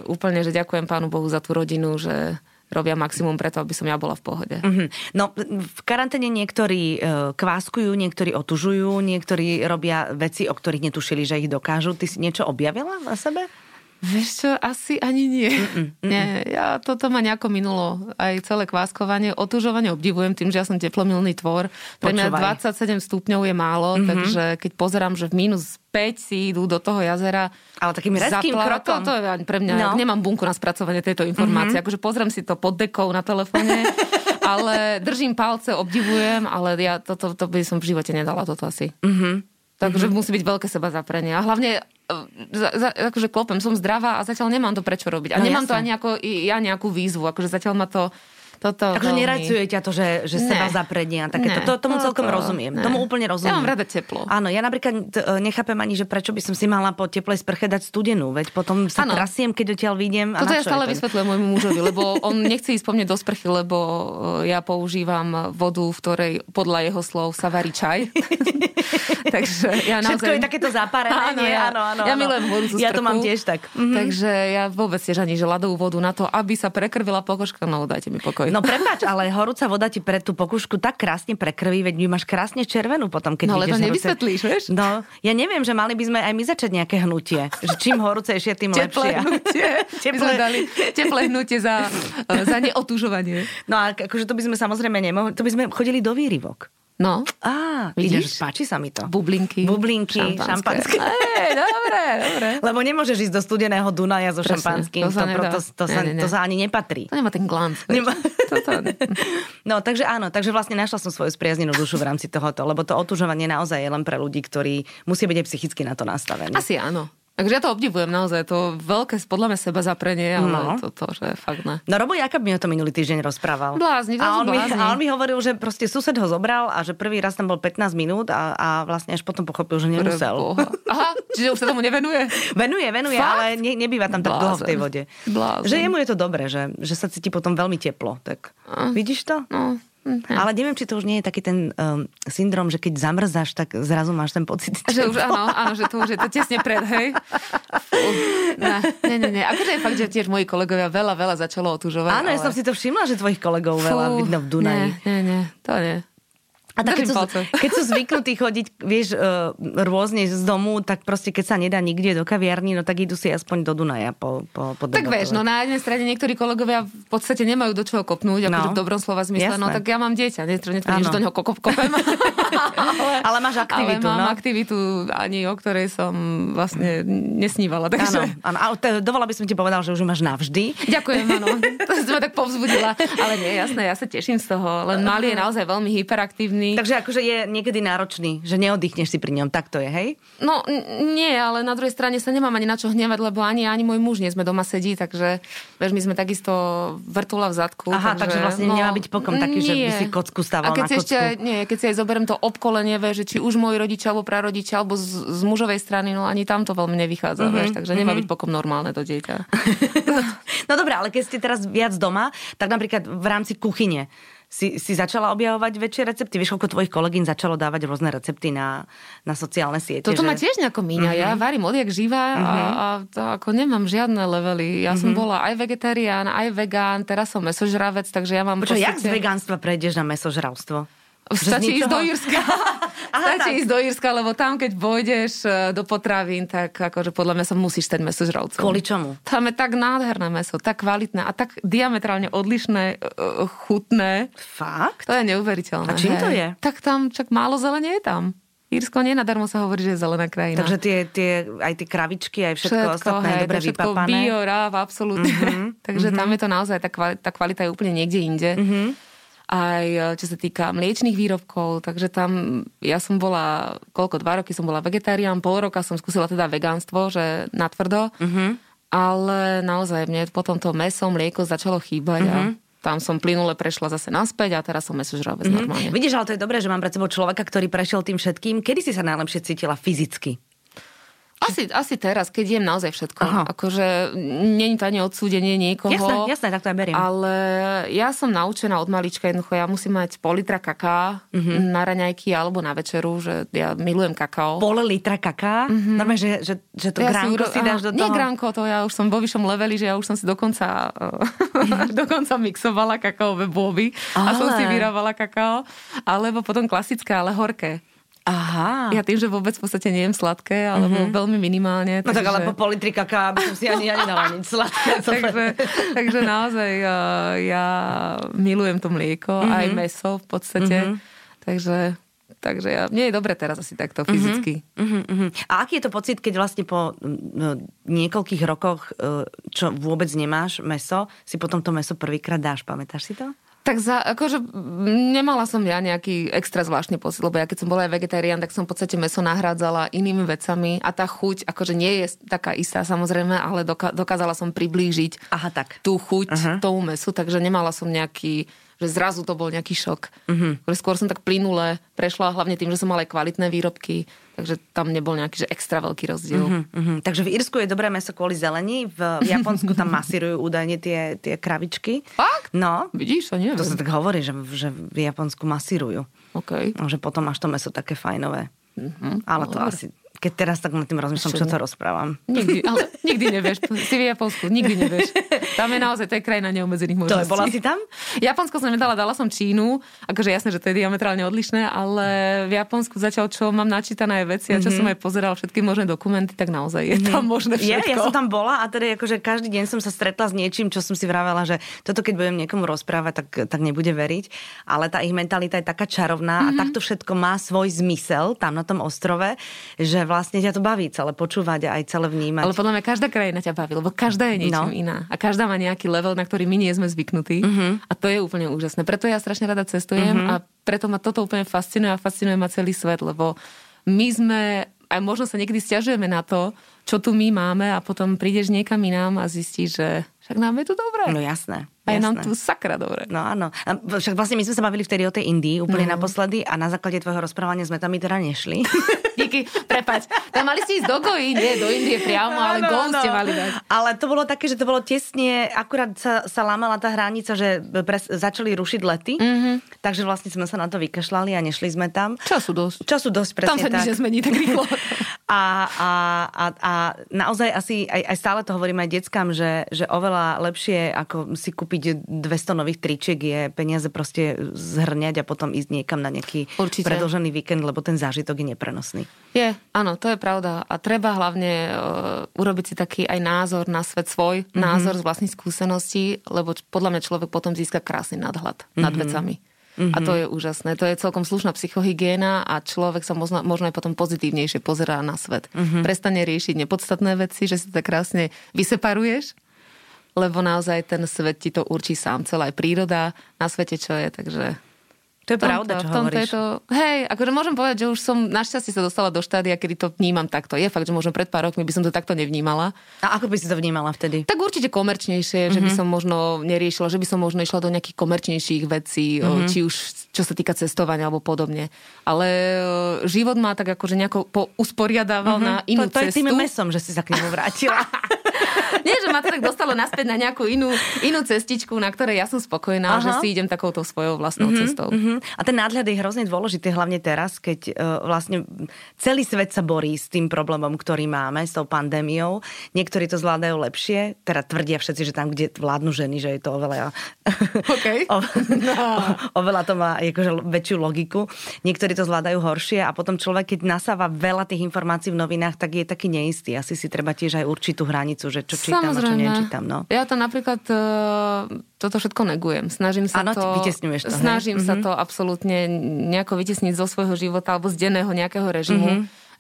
Speaker 2: mm-hmm. úplne, že ďakujem pánu Bohu za tú rodinu, že robia maximum preto, aby som ja bola v pohode.
Speaker 1: Mhm. No, v karanténe niektorí e, kváskujú, niektorí otužujú, niektorí robia veci, o ktorých netušili, že ich dokážu. Ty si niečo objavila na sebe?
Speaker 2: Vieš čo, asi ani nie. nie ja, toto ma nejako minulo. Aj celé kváskovanie, otužovanie obdivujem tým, že ja som teplomilný tvor. Pre mňa
Speaker 1: Počúvaj. Mhm.
Speaker 2: 27 stupňov je málo, mm-hmm. takže keď pozerám, že v minus 5 si idú do toho jazera.
Speaker 1: Ale takým rezkým
Speaker 2: zapla-
Speaker 1: krokom.
Speaker 2: To, to je ani pre mňa,
Speaker 1: No. Mhm.
Speaker 2: no. nemám bunku na spracovanie tejto informácie. Mm-hmm. Akože pozriem si to pod dekou na telefóne, ale držím palce, obdivujem, ale ja toto to, to by som v živote nedala, toto asi.
Speaker 1: Mhm.
Speaker 2: Takže mm-hmm. musí byť veľké seba zaprenie. A hlavne, e, za, za, akože klopem, som zdravá a zatiaľ nemám to prečo robiť. A
Speaker 1: No
Speaker 2: no, nemám jasne. to
Speaker 1: jasné.
Speaker 2: ani ako, i- ja nejakú výzvu. Akože zatiaľ ma to toto
Speaker 1: Akože
Speaker 2: veľmi-
Speaker 1: nerajcuje ťa to, že, že
Speaker 2: Ne.
Speaker 1: seba zapredne a takéto.
Speaker 2: Ne.
Speaker 1: To, tomu
Speaker 2: To-
Speaker 1: celkom
Speaker 2: to-
Speaker 1: rozumiem.
Speaker 2: ne.
Speaker 1: Tomu úplne
Speaker 2: Ja
Speaker 1: rozumiem.
Speaker 2: mám rada teplo.
Speaker 1: Áno, ja napríklad t- e, nechápem ani, že prečo by som si mala po teplej sprche dať studenú, veď potom sa
Speaker 2: Áno.
Speaker 1: trasiem, keď odtiaľ vidiem. a na
Speaker 2: Toto ja
Speaker 1: čo je
Speaker 2: stále
Speaker 1: to?
Speaker 2: vysvetľujem môjmu mužovi, lebo on nechce ísť po mne do sprchy, lebo e, ja používam vodu, v ktorej podľa jeho slov sa varí čaj. Takže ja naozaj...
Speaker 1: Všetko je takéto zapárené, nie?
Speaker 2: ja,
Speaker 1: Áno, áno,
Speaker 2: Ja
Speaker 1: áno.
Speaker 2: milujem horúcu
Speaker 1: Ja to
Speaker 2: sprchu.
Speaker 1: mám tiež tak. Mhm.
Speaker 2: Takže ja vôbec tiež ani že ľadovú vodu na to, aby sa prekrvila pokožka, no dajte mi pokoj.
Speaker 1: No prepáč, ale horúca voda ti pre tú pokušku tak krásne prekrví, veď ju máš krásne červenú potom, keď
Speaker 2: No, ale
Speaker 1: ideš
Speaker 2: to
Speaker 1: z horúcej-
Speaker 2: nevysvetlíš, vieš?
Speaker 1: No, ja neviem, že mali by sme aj my začať nejaké hnutie. Že čím horúcejšie, tým
Speaker 2: No, Teplé
Speaker 1: lepšie.
Speaker 2: hnutie. My sme
Speaker 1: Teplé-
Speaker 2: dali teplé hnutie za, e, za neotužovanie.
Speaker 1: No a akože to by sme samozrejme nemohli, to by sme chodili do výrivok.
Speaker 2: No,
Speaker 1: Á,
Speaker 2: Vidíš?
Speaker 1: vidíš, páči sa mi to.
Speaker 2: bublinky.
Speaker 1: Bublinky, šampanské.
Speaker 2: Ej, dobre, dobre.
Speaker 1: Lebo nemôžeš ísť do studeného Dunaja so
Speaker 2: Presne,
Speaker 1: šampanským, to,
Speaker 2: to sa
Speaker 1: to,
Speaker 2: nedá.
Speaker 1: to, to, sa,
Speaker 2: Ne, ne, ne.
Speaker 1: to sa ani nepatrí.
Speaker 2: To nemá ten glanc. vieš.
Speaker 1: Nemá.
Speaker 2: Toto,
Speaker 1: No, takže áno, takže vlastne našla som svoju spriaznenú dušu v rámci tohoto, lebo to otužovanie naozaj je len pre ľudí, ktorí musia byť aj psychicky na to nastavení.
Speaker 2: asi áno. Takže ja to obdivujem naozaj, to veľké podľa mňa seba zaprenie, ale
Speaker 1: No.
Speaker 2: no. toto, že fakt ne.
Speaker 1: No Robo Jakab mi o tom minulý týždeň rozprával.
Speaker 2: Blázni, to
Speaker 1: a,
Speaker 2: sú
Speaker 1: on mi,
Speaker 2: blázni.
Speaker 1: a on mi hovoril, že proste sused ho zobral a že prvý raz tam bol 15 minút a, a vlastne až potom pochopil, že nemusel.
Speaker 2: Boha. Aha, čiže už sa tomu nevenuje?
Speaker 1: Venuje, venuje,
Speaker 2: Fakt?
Speaker 1: ale ne, nebýva tam tak dlho v tej
Speaker 2: Blázen.
Speaker 1: vode.
Speaker 2: Blázen.
Speaker 1: Že jemu je to dobré, že, že sa cíti potom veľmi teplo. Tak
Speaker 2: A.
Speaker 1: vidíš to?
Speaker 2: No, mhm.
Speaker 1: Ale neviem, či to už nie je taký ten um, syndrom, že keď zamrzáš, tak zrazu máš ten pocit.
Speaker 2: Že už áno, áno, že to už je to tesne pred, hej. Fú, ne, ne, ne, ne. Akože je fakt, že tiež moji kolegovia veľa, veľa začalo otužovať.
Speaker 1: Áno, ja
Speaker 2: ale-
Speaker 1: som si to všimla, že tvojich kolegov
Speaker 2: Fú,
Speaker 1: veľa vidno v Dunaji.
Speaker 2: Nie, nie, nie, to nie.
Speaker 1: A tak, keď,
Speaker 2: Držím
Speaker 1: sú,
Speaker 2: palce.
Speaker 1: keď sú zvyknutí chodiť, vieš, uh, rôzne z domu, tak proste keď sa nedá nikde do kaviarní, no tak idú si aspoň do Dunaja po, po, po
Speaker 2: Tak vieš, no
Speaker 1: debatovať.
Speaker 2: na jednej strane niektorí kolegovia v podstate nemajú do čoho kopnúť, akože
Speaker 1: No.
Speaker 2: v dobrom slova zmysle,
Speaker 1: Jasné.
Speaker 2: no tak ja mám dieťa, netvrdím, netvrdím,
Speaker 1: Áno.
Speaker 2: že do neho ko- ko- kopem.
Speaker 1: Ale máš aktivitu,
Speaker 2: Ale mám
Speaker 1: no.
Speaker 2: aktivitu ani o ktorej som vlastne nesnívala,
Speaker 1: Áno,
Speaker 2: takže...
Speaker 1: áno. A te- dovolila by som ti povedal, že už ju máš navždy.
Speaker 2: Ďakujem, áno. To si ma tak povzbudila. Ale nie, jasné, ja sa teším z toho. Len malý je naozaj veľmi hyperaktívny.
Speaker 1: Takže akože je niekedy náročný, že neoddychneš si pri ňom. Tak to je, hej?
Speaker 2: No n- nie, ale na druhej strane sa nemám ani na čo hnevať, lebo ani, ja, ani môj muž nie sme doma sedí, takže vieš, my sme takisto vrtula v zadku. no,
Speaker 1: Aha, takže vlastne nemá byť pokom taký, že by
Speaker 2: nie.
Speaker 1: si kocku stával
Speaker 2: A keď
Speaker 1: na
Speaker 2: si ešte,
Speaker 1: kocku.
Speaker 2: aj- nie, keď si aj zoberiem to obkolenie, vieš, že či už moji rodičia, alebo prarodičia, alebo z, z mužovej strany, no ani tam to veľmi nevychádza, mm-hmm,
Speaker 1: Mhm,
Speaker 2: vieš, takže nemá mm-hmm. byť pokom normálne to dieťa.
Speaker 1: no dobré, ale keď ste teraz viac doma, tak napríklad v rámci kuchyne si, si začala objavovať väčšie recepty. Vieš, koľko tvojich kolegyň začalo dávať rôzne recepty na, na sociálne siete. že...
Speaker 2: Toto ma tiež nejako míňa. Ja
Speaker 1: Mhm.
Speaker 2: varím odjak živá a, a to ako nemám žiadne levely. Ja
Speaker 1: Mhm.
Speaker 2: som bola aj vegetarián, aj vegán, teraz som mesožravec, takže ja mám...
Speaker 1: Počkaj, jak z vegánstva prejdeš na mesožravstvo? Že z
Speaker 2: Stačí
Speaker 1: ničoho-
Speaker 2: ísť do Írska. Stačí ísť do Írska, lebo tam, keď pôjdeš e, do potravín, tak akože podľa mňa sa musíš ten mesožravcom.
Speaker 1: Kvôli čomu?
Speaker 2: Tam je tak nádherné meso, tak kvalitné a tak diametrálne odlišné, e, e, chutné.
Speaker 1: Fakt?
Speaker 2: To je neuveriteľné.
Speaker 1: A čím to je?
Speaker 2: Tak tam čak málo zelenie je tam. Írsko nenadarmo sa hovorí, že je zelená krajina.
Speaker 1: Takže tie, tie, aj tie kravičky, aj všetko, ostatné je
Speaker 2: hej,
Speaker 1: dobre
Speaker 2: to všetko
Speaker 1: vypapané.
Speaker 2: bio, ráv, absolútne. Takže tam je to naozaj, tá kvalita, tá kvalita je úplne niekde inde. Aj e, čo sa týka mliečných výrobkov, takže tam ja som bola, koľko, dva roky som bola vegetarián, pol roka som skúsila teda vegánstvo, že natvrdo. Ale naozaj mne potom to meso, mlieko začalo chýbať a tam som plynule prešla zase naspäť a teraz som mesožravec normálne.
Speaker 1: Vidíš, ale to je dobré, že mám pred sebou človeka, ktorý prešiel tým všetkým. Kedy si sa najlepšie cítila fyzicky?
Speaker 2: Asi, asi teraz, keď jem naozaj všetko.
Speaker 1: Aha.
Speaker 2: Aha. Akože není to ani odsúdenie niekoho.
Speaker 1: Jasné, jasné, tak to ja beriem.
Speaker 2: Ale ja som naučená od malička jednoducho, ja musím mať pol litra kaká
Speaker 1: Mhm.
Speaker 2: na raňajky alebo na večeru, že ja milujem kakao.
Speaker 1: Pol litra kaká? Normálne, že, že, že to
Speaker 2: Mhm. ja
Speaker 1: gránko
Speaker 2: uro-
Speaker 1: si, dáš
Speaker 2: aha,
Speaker 1: do toho?
Speaker 2: Nie gránko, to ja už som vo vyššom leveli, že ja už som si dokonca, eh, dokonca mixovala kakaové boby a som si
Speaker 1: Ale.
Speaker 2: vyrábala kakao. Alebo potom klasické, ale horké.
Speaker 1: Aha.
Speaker 2: Ja tým, že vôbec v podstate nejem sladké, alebo veľmi minimálne.
Speaker 1: Mhm. No tak ale
Speaker 2: takže-
Speaker 1: po pol litri kaká by som si ani ja nedala nič sladké. To-
Speaker 2: takže, takže naozaj uh, ja milujem to mlieko, mm-hmm. aj meso v podstate. Mm-hmm. Takže, takže ja, mne je dobre teraz asi takto fyzicky. Mm-hmm.
Speaker 1: Mhm, mhm. A aký je to pocit, keď vlastne po mm, niekoľkých rokoch, e, čo vôbec nemáš meso, si potom to meso prvýkrát dáš, pamätáš si to?
Speaker 2: Tak za, akože m, nemala som ja nejaký extra zvláštny pocit, lebo ja keď som bola aj vegetarián, tak som v podstate meso nahrádzala inými vecami a tá chuť akože nie je taká istá samozrejme, ale doka- dokázala som priblížiť
Speaker 1: Aha, tak.
Speaker 2: tú chuť uh-huh. tomu mesu, takže nemala som nejaký, že zrazu to bol nejaký šok.
Speaker 1: Mhm.
Speaker 2: Uh-huh. Skôr som tak plynule prešla, hlavne tým, že som mala aj kvalitné výrobky, takže tam nebol nejaký že extra veľký rozdiel. Uh-huh.
Speaker 1: Mhm. Takže v Írsku je dobré meso kvôli zelení, v v Japonsku tam masírujú údajne tie, tie kravičky.
Speaker 2: Fakt?
Speaker 1: No,
Speaker 2: Vidíš, to nie.
Speaker 1: to sa tak hovorí, že, že v Japonsku masírujú.
Speaker 2: Okay.
Speaker 1: No, že potom máš to meso také fajnové. Mm-hmm, ale to asi, keď teraz tak nad tým rozmýšľam, čo to rozprávam.
Speaker 2: Nikdy, ale nikdy nevieš. Si v Japonsku, nikdy nevieš. Tam je naozaj, to je krajina neobmedzených
Speaker 1: To
Speaker 2: možností.
Speaker 1: je, bola si tam?
Speaker 2: Japonsko som nedala, dala som Čínu. Akože jasné, že to je diametrálne odlišné, ale v Japonsku zatiaľ, čo mám načítané aj veci a čo som aj pozeral všetky možné dokumenty, tak naozaj je tam
Speaker 1: Mhm.
Speaker 2: možné
Speaker 1: Je,
Speaker 2: všetko.
Speaker 1: ja som tam bola a teda akože každý deň som sa stretla s niečím, čo som si vravela, že toto keď budem niekomu rozprávať, tak, tak nebude veriť. Ale tá ich mentalita je taká čarovná
Speaker 2: Mhm.
Speaker 1: mm-hmm. a takto všetko má svoj zmysel tam na tom ostrove, že vlastne ťa to baví celé počúvať a aj celé vnímať.
Speaker 2: Ale podľa mňa každá krajina ťa baví, lebo každá je niečím
Speaker 1: No.
Speaker 2: no. iná. A každá má nejaký level, na ktorý my nie sme zvyknutí.
Speaker 1: Mhm.
Speaker 2: A to je úplne úžasné. Preto ja strašne rada cestujem a preto ma toto úplne fascinuje a fascinuje ma celý svet, lebo my sme aj možno sa niekedy stiažujeme na to, čo tu my máme a potom prídeš niekam inám a zistíš, že však nám je tu dobré.
Speaker 1: No jasné.
Speaker 2: A je
Speaker 1: jasné.
Speaker 2: nám tu sakra dobre.
Speaker 1: No áno. A Však vlastne my sme sa bavili vtedy o tej Indii úplne
Speaker 2: Mhm.
Speaker 1: no. naposledy a na základe tvojho rozprávania sme tam i teda nešli.
Speaker 2: Díky, prepač. Tam mali ste ísť do Goji, nie do Indie priamo, ale
Speaker 1: Áno,
Speaker 2: Goju
Speaker 1: áno.
Speaker 2: ste mali dať.
Speaker 1: Ale to bolo také, že to bolo tesne, akurát sa, sa lámala tá hranica, že pres, začali rušiť lety,
Speaker 2: Mhm.
Speaker 1: mm-hmm. takže vlastne sme sa na to vykašľali a nešli sme tam.
Speaker 2: Času dosť.
Speaker 1: Času dosť, presne
Speaker 2: Tam sa
Speaker 1: tak.
Speaker 2: nič nezmení tak rýchlo.
Speaker 1: A, a, a, a naozaj asi aj, aj stále to hovorím aj deckám, že, že oveľa lepšie ako si kúpiť 200 nových tričiek je peniaze proste zhrňať a potom ísť niekam na nejaký
Speaker 2: Určite.
Speaker 1: predlžený víkend, lebo ten zážitok je neprenosný.
Speaker 2: Je, áno, to je pravda. A treba hlavne e, urobiť si taký aj názor na svet svoj, mm-hmm. názor z vlastných skúseností, lebo č- podľa mňa človek potom získa krásny nadhľad mm-hmm. nad vecami. Mm-hmm. A to je úžasné. To je celkom slušná psychohygiena a človek sa možno, možno aj potom pozitívnejšie pozerá na svet. Mm-hmm. Prestane riešiť nepodstatné veci, že si to tak krásne vyseparuješ, lebo naozaj ten svet ti to určí sám, celá aj príroda na svete, čo je, takže...
Speaker 1: To je pravda, čo
Speaker 2: v tomto
Speaker 1: hovoríš.
Speaker 2: je to, hej, akože môžem povedať, že už som našťastie sa dostala do štádia, kedy to vnímam takto. Je fakt, že možno pred pár rokmi by som to takto nevnímala.
Speaker 1: A ako by si to vnímala vtedy?
Speaker 2: Tak určite
Speaker 1: Mhm.
Speaker 2: komerčnejšie, mm-hmm. že by som možno neriešila, že by som možno išla do nejakých komerčnejších
Speaker 1: Mhm.
Speaker 2: vecí, mm-hmm. či už čo sa týka cestovania alebo podobne. Ale e, život ma tak akože nejako po- usporiadával mm-hmm. na inú
Speaker 1: Mhm. to, to je
Speaker 2: cestu.
Speaker 1: tým mesom, že si sa k nemu vrátila.
Speaker 2: Nie, že ma to tak dostalo naspäť na nejakú inú, inú cestičku, na ktorej ja som spokojná,
Speaker 1: Aha.
Speaker 2: Aha. že si idem takouto svojou vlastnou mm-hmm. cestou.
Speaker 1: Mhm. A ten nadhľad je hrozne dôležitý, hlavne teraz, keď eh, vlastne celý svet sa borí s tým problémom, ktorý máme, s tou pandémiou. Niektorí to zvládajú lepšie, teda tvrdia všetci, že tam, kde vládnu ženy, že je to oveľa...
Speaker 2: OK. No.
Speaker 1: o, o, oveľa to má akože l- väčšiu logiku. Niektorí to zvládajú horšie a potom človek, keď nasáva veľa tých informácií v novinách, tak je taký neistý. Asi si treba tiež aj určitú hranicu, že čo čítam a čo nečítam. No.
Speaker 2: Ja to napríklad eh, toto všetko negujem. Snažím sa
Speaker 1: Áno,
Speaker 2: to...
Speaker 1: ty vytesňuješ to, hej? Mhm.
Speaker 2: Snažím sa to absolútne nejako vytesniť zo svojho života alebo z denného nejakého
Speaker 1: Mhm.
Speaker 2: režimu.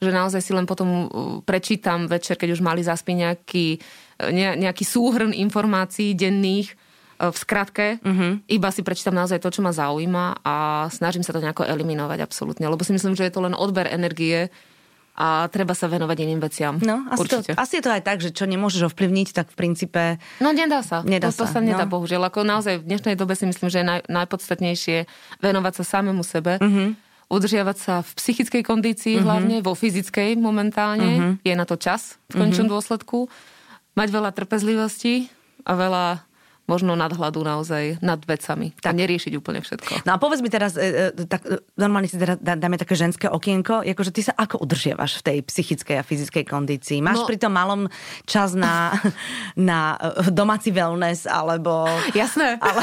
Speaker 2: Že naozaj si len potom eh, prečítam večer, keď už mali zaspiť nejaký, eh, ne- nejaký súhrn informácií denných eh, v skratke,
Speaker 1: Mhm.
Speaker 2: iba si prečítam naozaj to, čo ma zaujíma a snažím sa to nejako eliminovať absolútne, lebo si myslím, že je to len odber energie a treba sa venovať iným veciam.
Speaker 1: No, asi, to,
Speaker 2: Určite.
Speaker 1: asi je to aj tak, že čo nemôžeš ovplyvniť, tak v princípe...
Speaker 2: No nedá sa.
Speaker 1: Nedá
Speaker 2: to, to
Speaker 1: sa,
Speaker 2: sa
Speaker 1: no.
Speaker 2: nedá, no. bohužiaľ. Ako naozaj v dnešnej dobe si myslím, že je naj, najpodstatnejšie venovať sa samému sebe. Mm-hmm.
Speaker 1: Mhm.
Speaker 2: Udržiavať sa v psychickej kondícii mm-hmm. hlavne, vo fyzickej momentálne.
Speaker 1: Mhm.
Speaker 2: Mm-hmm. Je na to čas v končnom mm-hmm. dôsledku. Mať veľa trpezlivosti a veľa možno nadhľadu naozaj nad vecami. Tak. A neriešiť úplne všetko.
Speaker 1: No a povedz mi teraz, e, e, tak, e, normálne si teda dá- dáme také ženské okienko, akože ty sa ako udržiavaš v tej psychickej a fyzickej kondícii? Máš
Speaker 2: No-
Speaker 1: pri tom malom čas na, na e, domáci wellness, alebo...
Speaker 2: Jasné.
Speaker 1: Ale,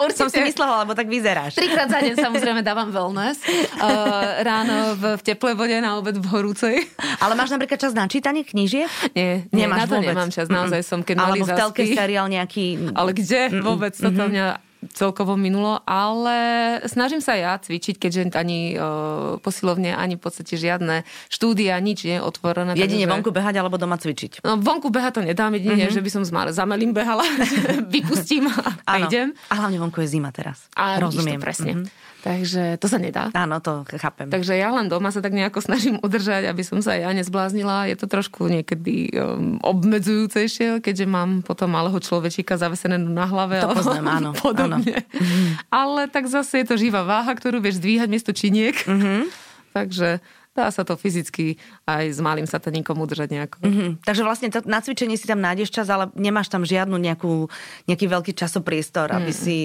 Speaker 2: Určite.
Speaker 1: som si myslela, lebo tak vyzeráš.
Speaker 2: Trikrát za deň samozrejme dávam wellness. Uh, ráno v, v teplej vode, na obed v horúcej.
Speaker 1: Ale máš napríklad čas na čítanie knižiek?
Speaker 2: Nie, nie, na to nemám čas, naozaj som, keď
Speaker 1: Mhm. Alebo v
Speaker 2: mali
Speaker 1: telke
Speaker 2: zaspí.
Speaker 1: seriál nejaký...
Speaker 2: Ale kde vôbec to mm-hmm. mňa celkovo minulo, ale snažím sa ja cvičiť, keďže ani uh, posilovne, ani v podstate žiadne štúdia, nič nie je otvorené.
Speaker 1: Jedine
Speaker 2: takže-
Speaker 1: vonku behať alebo doma cvičiť.
Speaker 2: No, vonku beha to nedám, jedine, mm-hmm. že by som s mal- zamelím behala, že vypustím a, a
Speaker 1: Áno.
Speaker 2: idem.
Speaker 1: A hlavne vonku je zima teraz. Rozumiem.
Speaker 2: A
Speaker 1: Mhm.
Speaker 2: Rozumiem. To presne. Mm-hmm. Takže to sa nedá.
Speaker 1: Áno, to chápem.
Speaker 2: Takže ja len doma sa tak nejako snažím udržať, aby som sa ja nezbláznila. Je to trošku niekedy um, obmedzujúcejšie, keďže mám potom malého človečíka zavesené na hlave.
Speaker 1: To
Speaker 2: alebo
Speaker 1: poznám, áno, Mhm.
Speaker 2: Podobne. Ale tak zase je to živá váha, ktorú vieš zdvíhať miesto činiek.
Speaker 1: Mhm.
Speaker 2: Takže dá sa to fyzicky aj s malým sataníkom udržať nejako.
Speaker 1: Mhm. Takže vlastne to, na cvičenie si tam nájdeš čas, ale nemáš tam žiadnu nejakú, nejaký veľký časopriestor, aby
Speaker 2: Mm.
Speaker 1: si,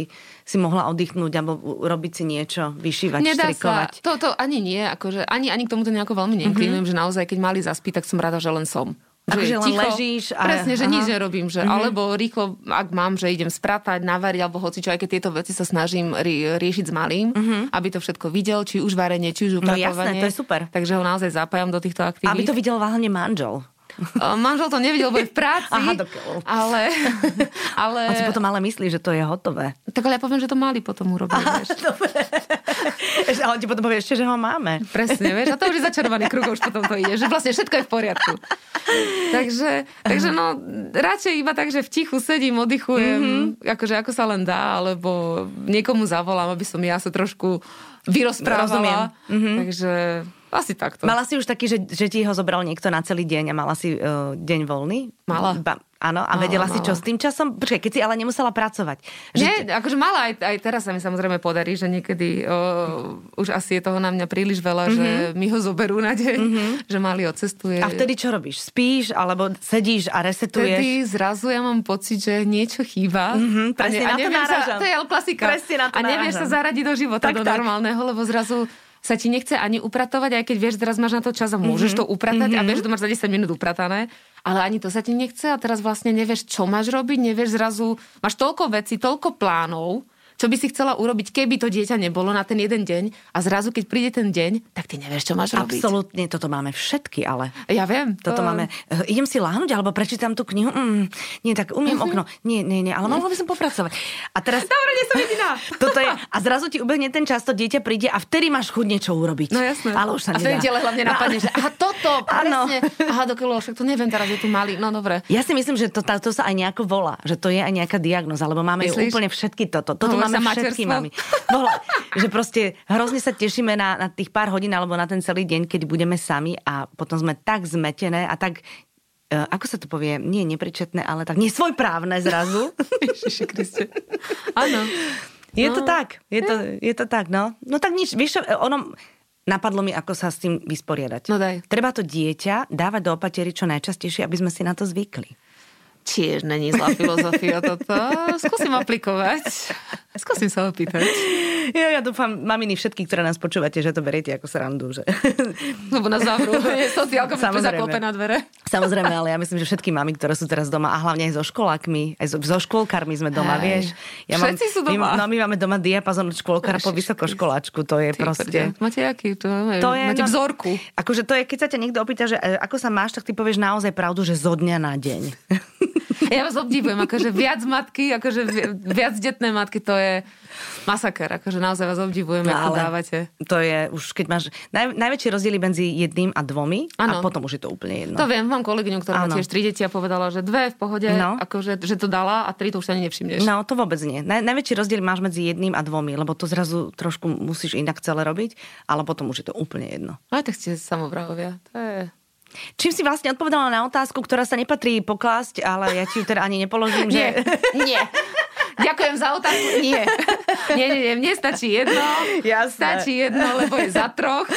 Speaker 1: si mohla oddychnúť alebo u- urobiť si niečo, vyšívať,
Speaker 2: Nedá
Speaker 1: štrikovať. Mhm.
Speaker 2: sa. To, to ani nie, akože, ani, ani k tomuto nejako veľmi neinklinujem, mm-hmm. že naozaj, keď mali zaspí, tak som rada, že len som.
Speaker 1: Akože
Speaker 2: je
Speaker 1: len ležíš a-
Speaker 2: Presne,
Speaker 1: aha.
Speaker 2: že
Speaker 1: Mhm.
Speaker 2: nič nerobím. Že, mm-hmm. Alebo rýchlo, ak mám, že idem spratať, navariť, alebo hoci čo, aj keď tieto veci sa snažím ri- riešiť s malým, mm-hmm. aby to všetko videl, či už varenie, či
Speaker 1: Mhm.
Speaker 2: už
Speaker 1: No jasné,
Speaker 2: upratovanie.
Speaker 1: to je super.
Speaker 2: Takže ho naozaj zapájam do týchto aktivít.
Speaker 1: Aby to videl hlavne manžel.
Speaker 2: O, Manžel to nevidel, lebo je v práci.
Speaker 1: Aha, dokiaľ.
Speaker 2: ale, ale...
Speaker 1: On si potom ale myslí, že to je hotové.
Speaker 2: Tak ale ja poviem, že to mali potom urobiť. vieš.
Speaker 1: Ešte- A on ti potom povie ešte, že ho máme.
Speaker 2: Presne, vieš, a to už je začarovaný kruh, už potom to ide, že vlastne všetko je v poriadku. Takže, takže no, radšej iba tak, že v tichu sedím, oddychujem,
Speaker 1: Mhm.
Speaker 2: mm-hmm. akože ako sa len dá, alebo niekomu zavolám, aby som ja sa trošku vyrozprávala.
Speaker 1: Rozumiem. Mhm.
Speaker 2: Mm-hmm. Takže, a Asi takto.
Speaker 1: Mala si už taký, že, že ti ho zobral niekto na celý deň a mala si uh, deň voľný?
Speaker 2: Mala.
Speaker 1: Ba, áno, a
Speaker 2: Mala,
Speaker 1: vedela si čo
Speaker 2: mala.
Speaker 1: s tým časom? Počkaj, keď si ale nemusela pracovať. Že,
Speaker 2: Nie, akože mala aj, aj teraz sa mi samozrejme podarí, že niekedy o, už asi je toho na mňa príliš veľa, mm-hmm. že mi ho zoberú na deň, mm-hmm. že mali
Speaker 1: Mhm.
Speaker 2: odcestuje.
Speaker 1: a vtedy čo robíš? Spíš, alebo sedíš a resetuješ?
Speaker 2: Vtedy zrazu ja mám pocit, že niečo chýba.
Speaker 1: Mhm,
Speaker 2: A
Speaker 1: presne
Speaker 2: a
Speaker 1: na to
Speaker 2: neviem sa,
Speaker 1: náražam.
Speaker 2: To je ale klasika.
Speaker 1: Presne na to
Speaker 2: a nevieš
Speaker 1: náražam.
Speaker 2: sa zaradiť do života,
Speaker 1: Tak,
Speaker 2: do
Speaker 1: tak.
Speaker 2: normálneho, lebo zrazu sa ti nechce ani upratovať, aj keď vieš, teraz máš na to čas a
Speaker 1: Mhm,
Speaker 2: môžeš to upratať a vieš, že to máš za 10 minút upratané, ale ani to sa ti nechce a teraz vlastne nevieš, čo máš robiť, nevieš zrazu, máš toľko vecí, toľko plánov, čo by si chcela urobiť, keby to dieťa nebolo na ten jeden deň a zrazu, keď príde ten deň, tak ty nevieš, čo máš robiť. Ehm.
Speaker 1: Absolútne, toto máme všetky, ale...
Speaker 2: Ja viem.
Speaker 1: Toto
Speaker 2: to-
Speaker 1: máme. eh, Idem si láhnuť, alebo prečítam tú knihu. Mm, nie, tak umiem
Speaker 2: Mhm.
Speaker 1: okno. Nie, nie, nie, ale mohla by som popracovať. A teraz...
Speaker 2: Dobre, nie som jediná.
Speaker 1: Toto je, a zrazu ti ubehne ten čas, to dieťa príde a vtedy máš chuť niečo urobiť.
Speaker 2: No jasné.
Speaker 1: Ale už sa
Speaker 2: A
Speaker 1: nedá.
Speaker 2: vtedy ti ale hlavne
Speaker 1: No,
Speaker 2: napadne, že aha, toto,
Speaker 1: Áno.
Speaker 2: presne. Aha, do kilo, však to neviem, teraz je tu malý. No dobre.
Speaker 1: Ja si myslím, že to, tá- to sa aj nejako volá, že to je aj nejaká diagnoza, lebo máme ju
Speaker 2: Myslíš?
Speaker 1: úplne všetky toto. Toto
Speaker 2: Hovorí
Speaker 1: máme
Speaker 2: sa
Speaker 1: všetky
Speaker 2: materstvo?
Speaker 1: mami. Bola, že proste hrozne sa tešíme na, na tých pár hodín alebo na ten celý deň, keď budeme sami a potom sme tak zmetené a tak e, ako sa to povie, nie nepričetné, ale tak nesvojprávne zrazu.
Speaker 2: Ježiši Kriste. Áno.
Speaker 1: Je to
Speaker 2: No.
Speaker 1: tak, je to, je to tak, no. No tak nič, vieš čo, ono, napadlo mi, ako sa s tým vysporiadať.
Speaker 2: No daj.
Speaker 1: Treba to dieťa dávať do opatery čo najčastejšie, aby sme si na to zvykli.
Speaker 2: Tiež není zlá filozofia toto. Skúsim aplikovať. Skúsim sa opýtať.
Speaker 1: Ja, ja dúfam, maminy všetky, ktoré nás počúvate, že to beriete ako srandu. Že...
Speaker 2: Lebo na záveru je sociálka, mi
Speaker 1: Samozrejme.
Speaker 2: zaklope na dvere.
Speaker 1: Samozrejme, ale ja myslím, že všetky mamy, ktoré sú teraz doma a hlavne aj so školákmi, aj so, so škôlkarmi sme doma,
Speaker 2: Hej.
Speaker 1: vieš.
Speaker 2: Všetci sú
Speaker 1: My,
Speaker 2: doma.
Speaker 1: no my máme doma diapazon od škôlkara po
Speaker 2: Ježiš
Speaker 1: vysokoškoláčku, to je
Speaker 2: Ty
Speaker 1: proste...
Speaker 2: prde. Máte aký? To,
Speaker 1: To je,
Speaker 2: máte vzorku.
Speaker 1: Akože to je, keď sa ťa niekto opýta, že e, ako sa máš, tak ty povieš naozaj pravdu, že zo dňa na deň.
Speaker 2: Ja vás obdivujem, akože viac matky, akože vi- viac detné matky, to je masaker, akože naozaj vás
Speaker 1: No,
Speaker 2: obdivujem, ako dávate.
Speaker 1: to je už, keď máš... Naj, najväčší rozdiel je medzi jedným a dvomi a
Speaker 2: Áno.
Speaker 1: potom už je to úplne jedno.
Speaker 2: To viem, mám kolegyňu,
Speaker 1: No.
Speaker 2: ktorá má
Speaker 1: Áno.
Speaker 2: tiež tri deti a povedala, že dve v pohode,
Speaker 1: No.
Speaker 2: no. akože, že to dala a tri to už ani nevšimneš.
Speaker 1: No, to vôbec nie. Naj, najväčší rozdiel máš medzi jedným a dvomi, lebo to zrazu trošku musíš inak celé robiť, ale potom už je to úplne jedno.
Speaker 2: Ale No, tak ste samovrahovia. To je...
Speaker 1: Čím si vlastne odpovedala na otázku, ktorá sa nepatrí poklásť, ale ja ti ju teda ani nepoložím,
Speaker 2: Nie,
Speaker 1: že...
Speaker 2: nie. Ďakujem za otázku. Nie. Nie, nie, nie. Mne stačí jedno.
Speaker 1: Jasné.
Speaker 2: Stačí jedno, lebo je za troch.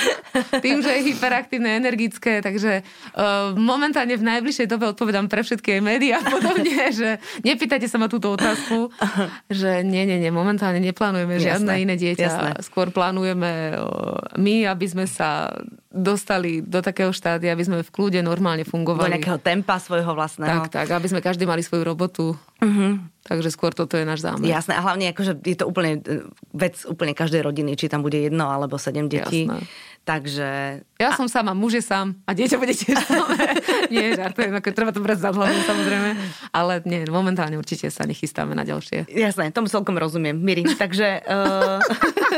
Speaker 2: Tým, že je hyperaktívne, energické. Takže uh, momentálne v najbližšej dobe odpovedám pre všetky aj médiá a podobne, že nepýtajte sa ma túto otázku. Že nie, nie, nie. Momentálne neplánujeme
Speaker 1: Jasné,
Speaker 2: žiadne iné dieťa.
Speaker 1: jasné.
Speaker 2: Skôr plánujeme uh, my, aby sme sa dostali do takého štádia, aby sme v kľude normálne
Speaker 1: Do
Speaker 2: fungovali.
Speaker 1: nejakého tempa svojho vlastného.
Speaker 2: Tak, tak, aby sme každý mali svoju robotu. Takže skôr toto je náš zámer.
Speaker 1: Jasné, a hlavne akože je to úplne e, vec úplne každej rodiny, či tam bude jedno alebo sedem detí.
Speaker 2: Jasné.
Speaker 1: Takže
Speaker 2: Ja som sama, muž je sám a dieťa bude tiež samé. nie, žartujem, ako treba to brať za hlavu samozrejme. Ale nie, momentálne určite sa nechystáme na ďalšie.
Speaker 1: Jasné, tomu celkom rozumiem, Miri. Takže, uh...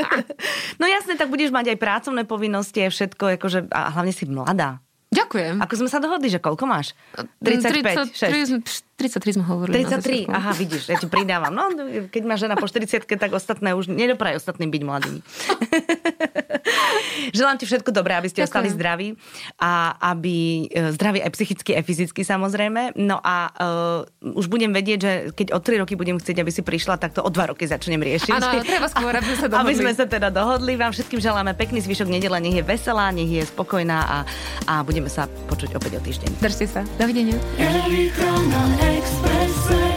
Speaker 1: no jasné, tak budeš mať aj pracovné povinnosti, aj všetko, akože, a hlavne si mladá.
Speaker 2: Ďakujem.
Speaker 1: Ako sme sa dohodli, že koľko máš? 35, 6.
Speaker 2: 33 sme hovorili. na
Speaker 1: 33,
Speaker 2: začiatku.
Speaker 1: aha, vidíš, ja ti pridávam. No, keď má žena po 40, tak ostatné už nedopraj ostatným byť mladými. Želám ti všetko dobré, aby ste
Speaker 2: Ďakujem.
Speaker 1: ostali zdraví a aby e, zdraví aj psychicky, aj fyzicky samozrejme. No a uh, už budem vedieť, že keď o 3 roky budem chcieť, aby si prišla, tak to o 2 roky začnem riešiť.
Speaker 2: Áno, treba skôr, aby sme sa
Speaker 1: Aby
Speaker 2: dohodli.
Speaker 1: sme sa teda dohodli. Vám všetkým želáme pekný zvyšok nedele, nech je veselá, nech je spokojná a, a budeme sa počuť opäť o týždeň.
Speaker 2: Držte sa. Dovidenia.
Speaker 3: Electrono Expressé.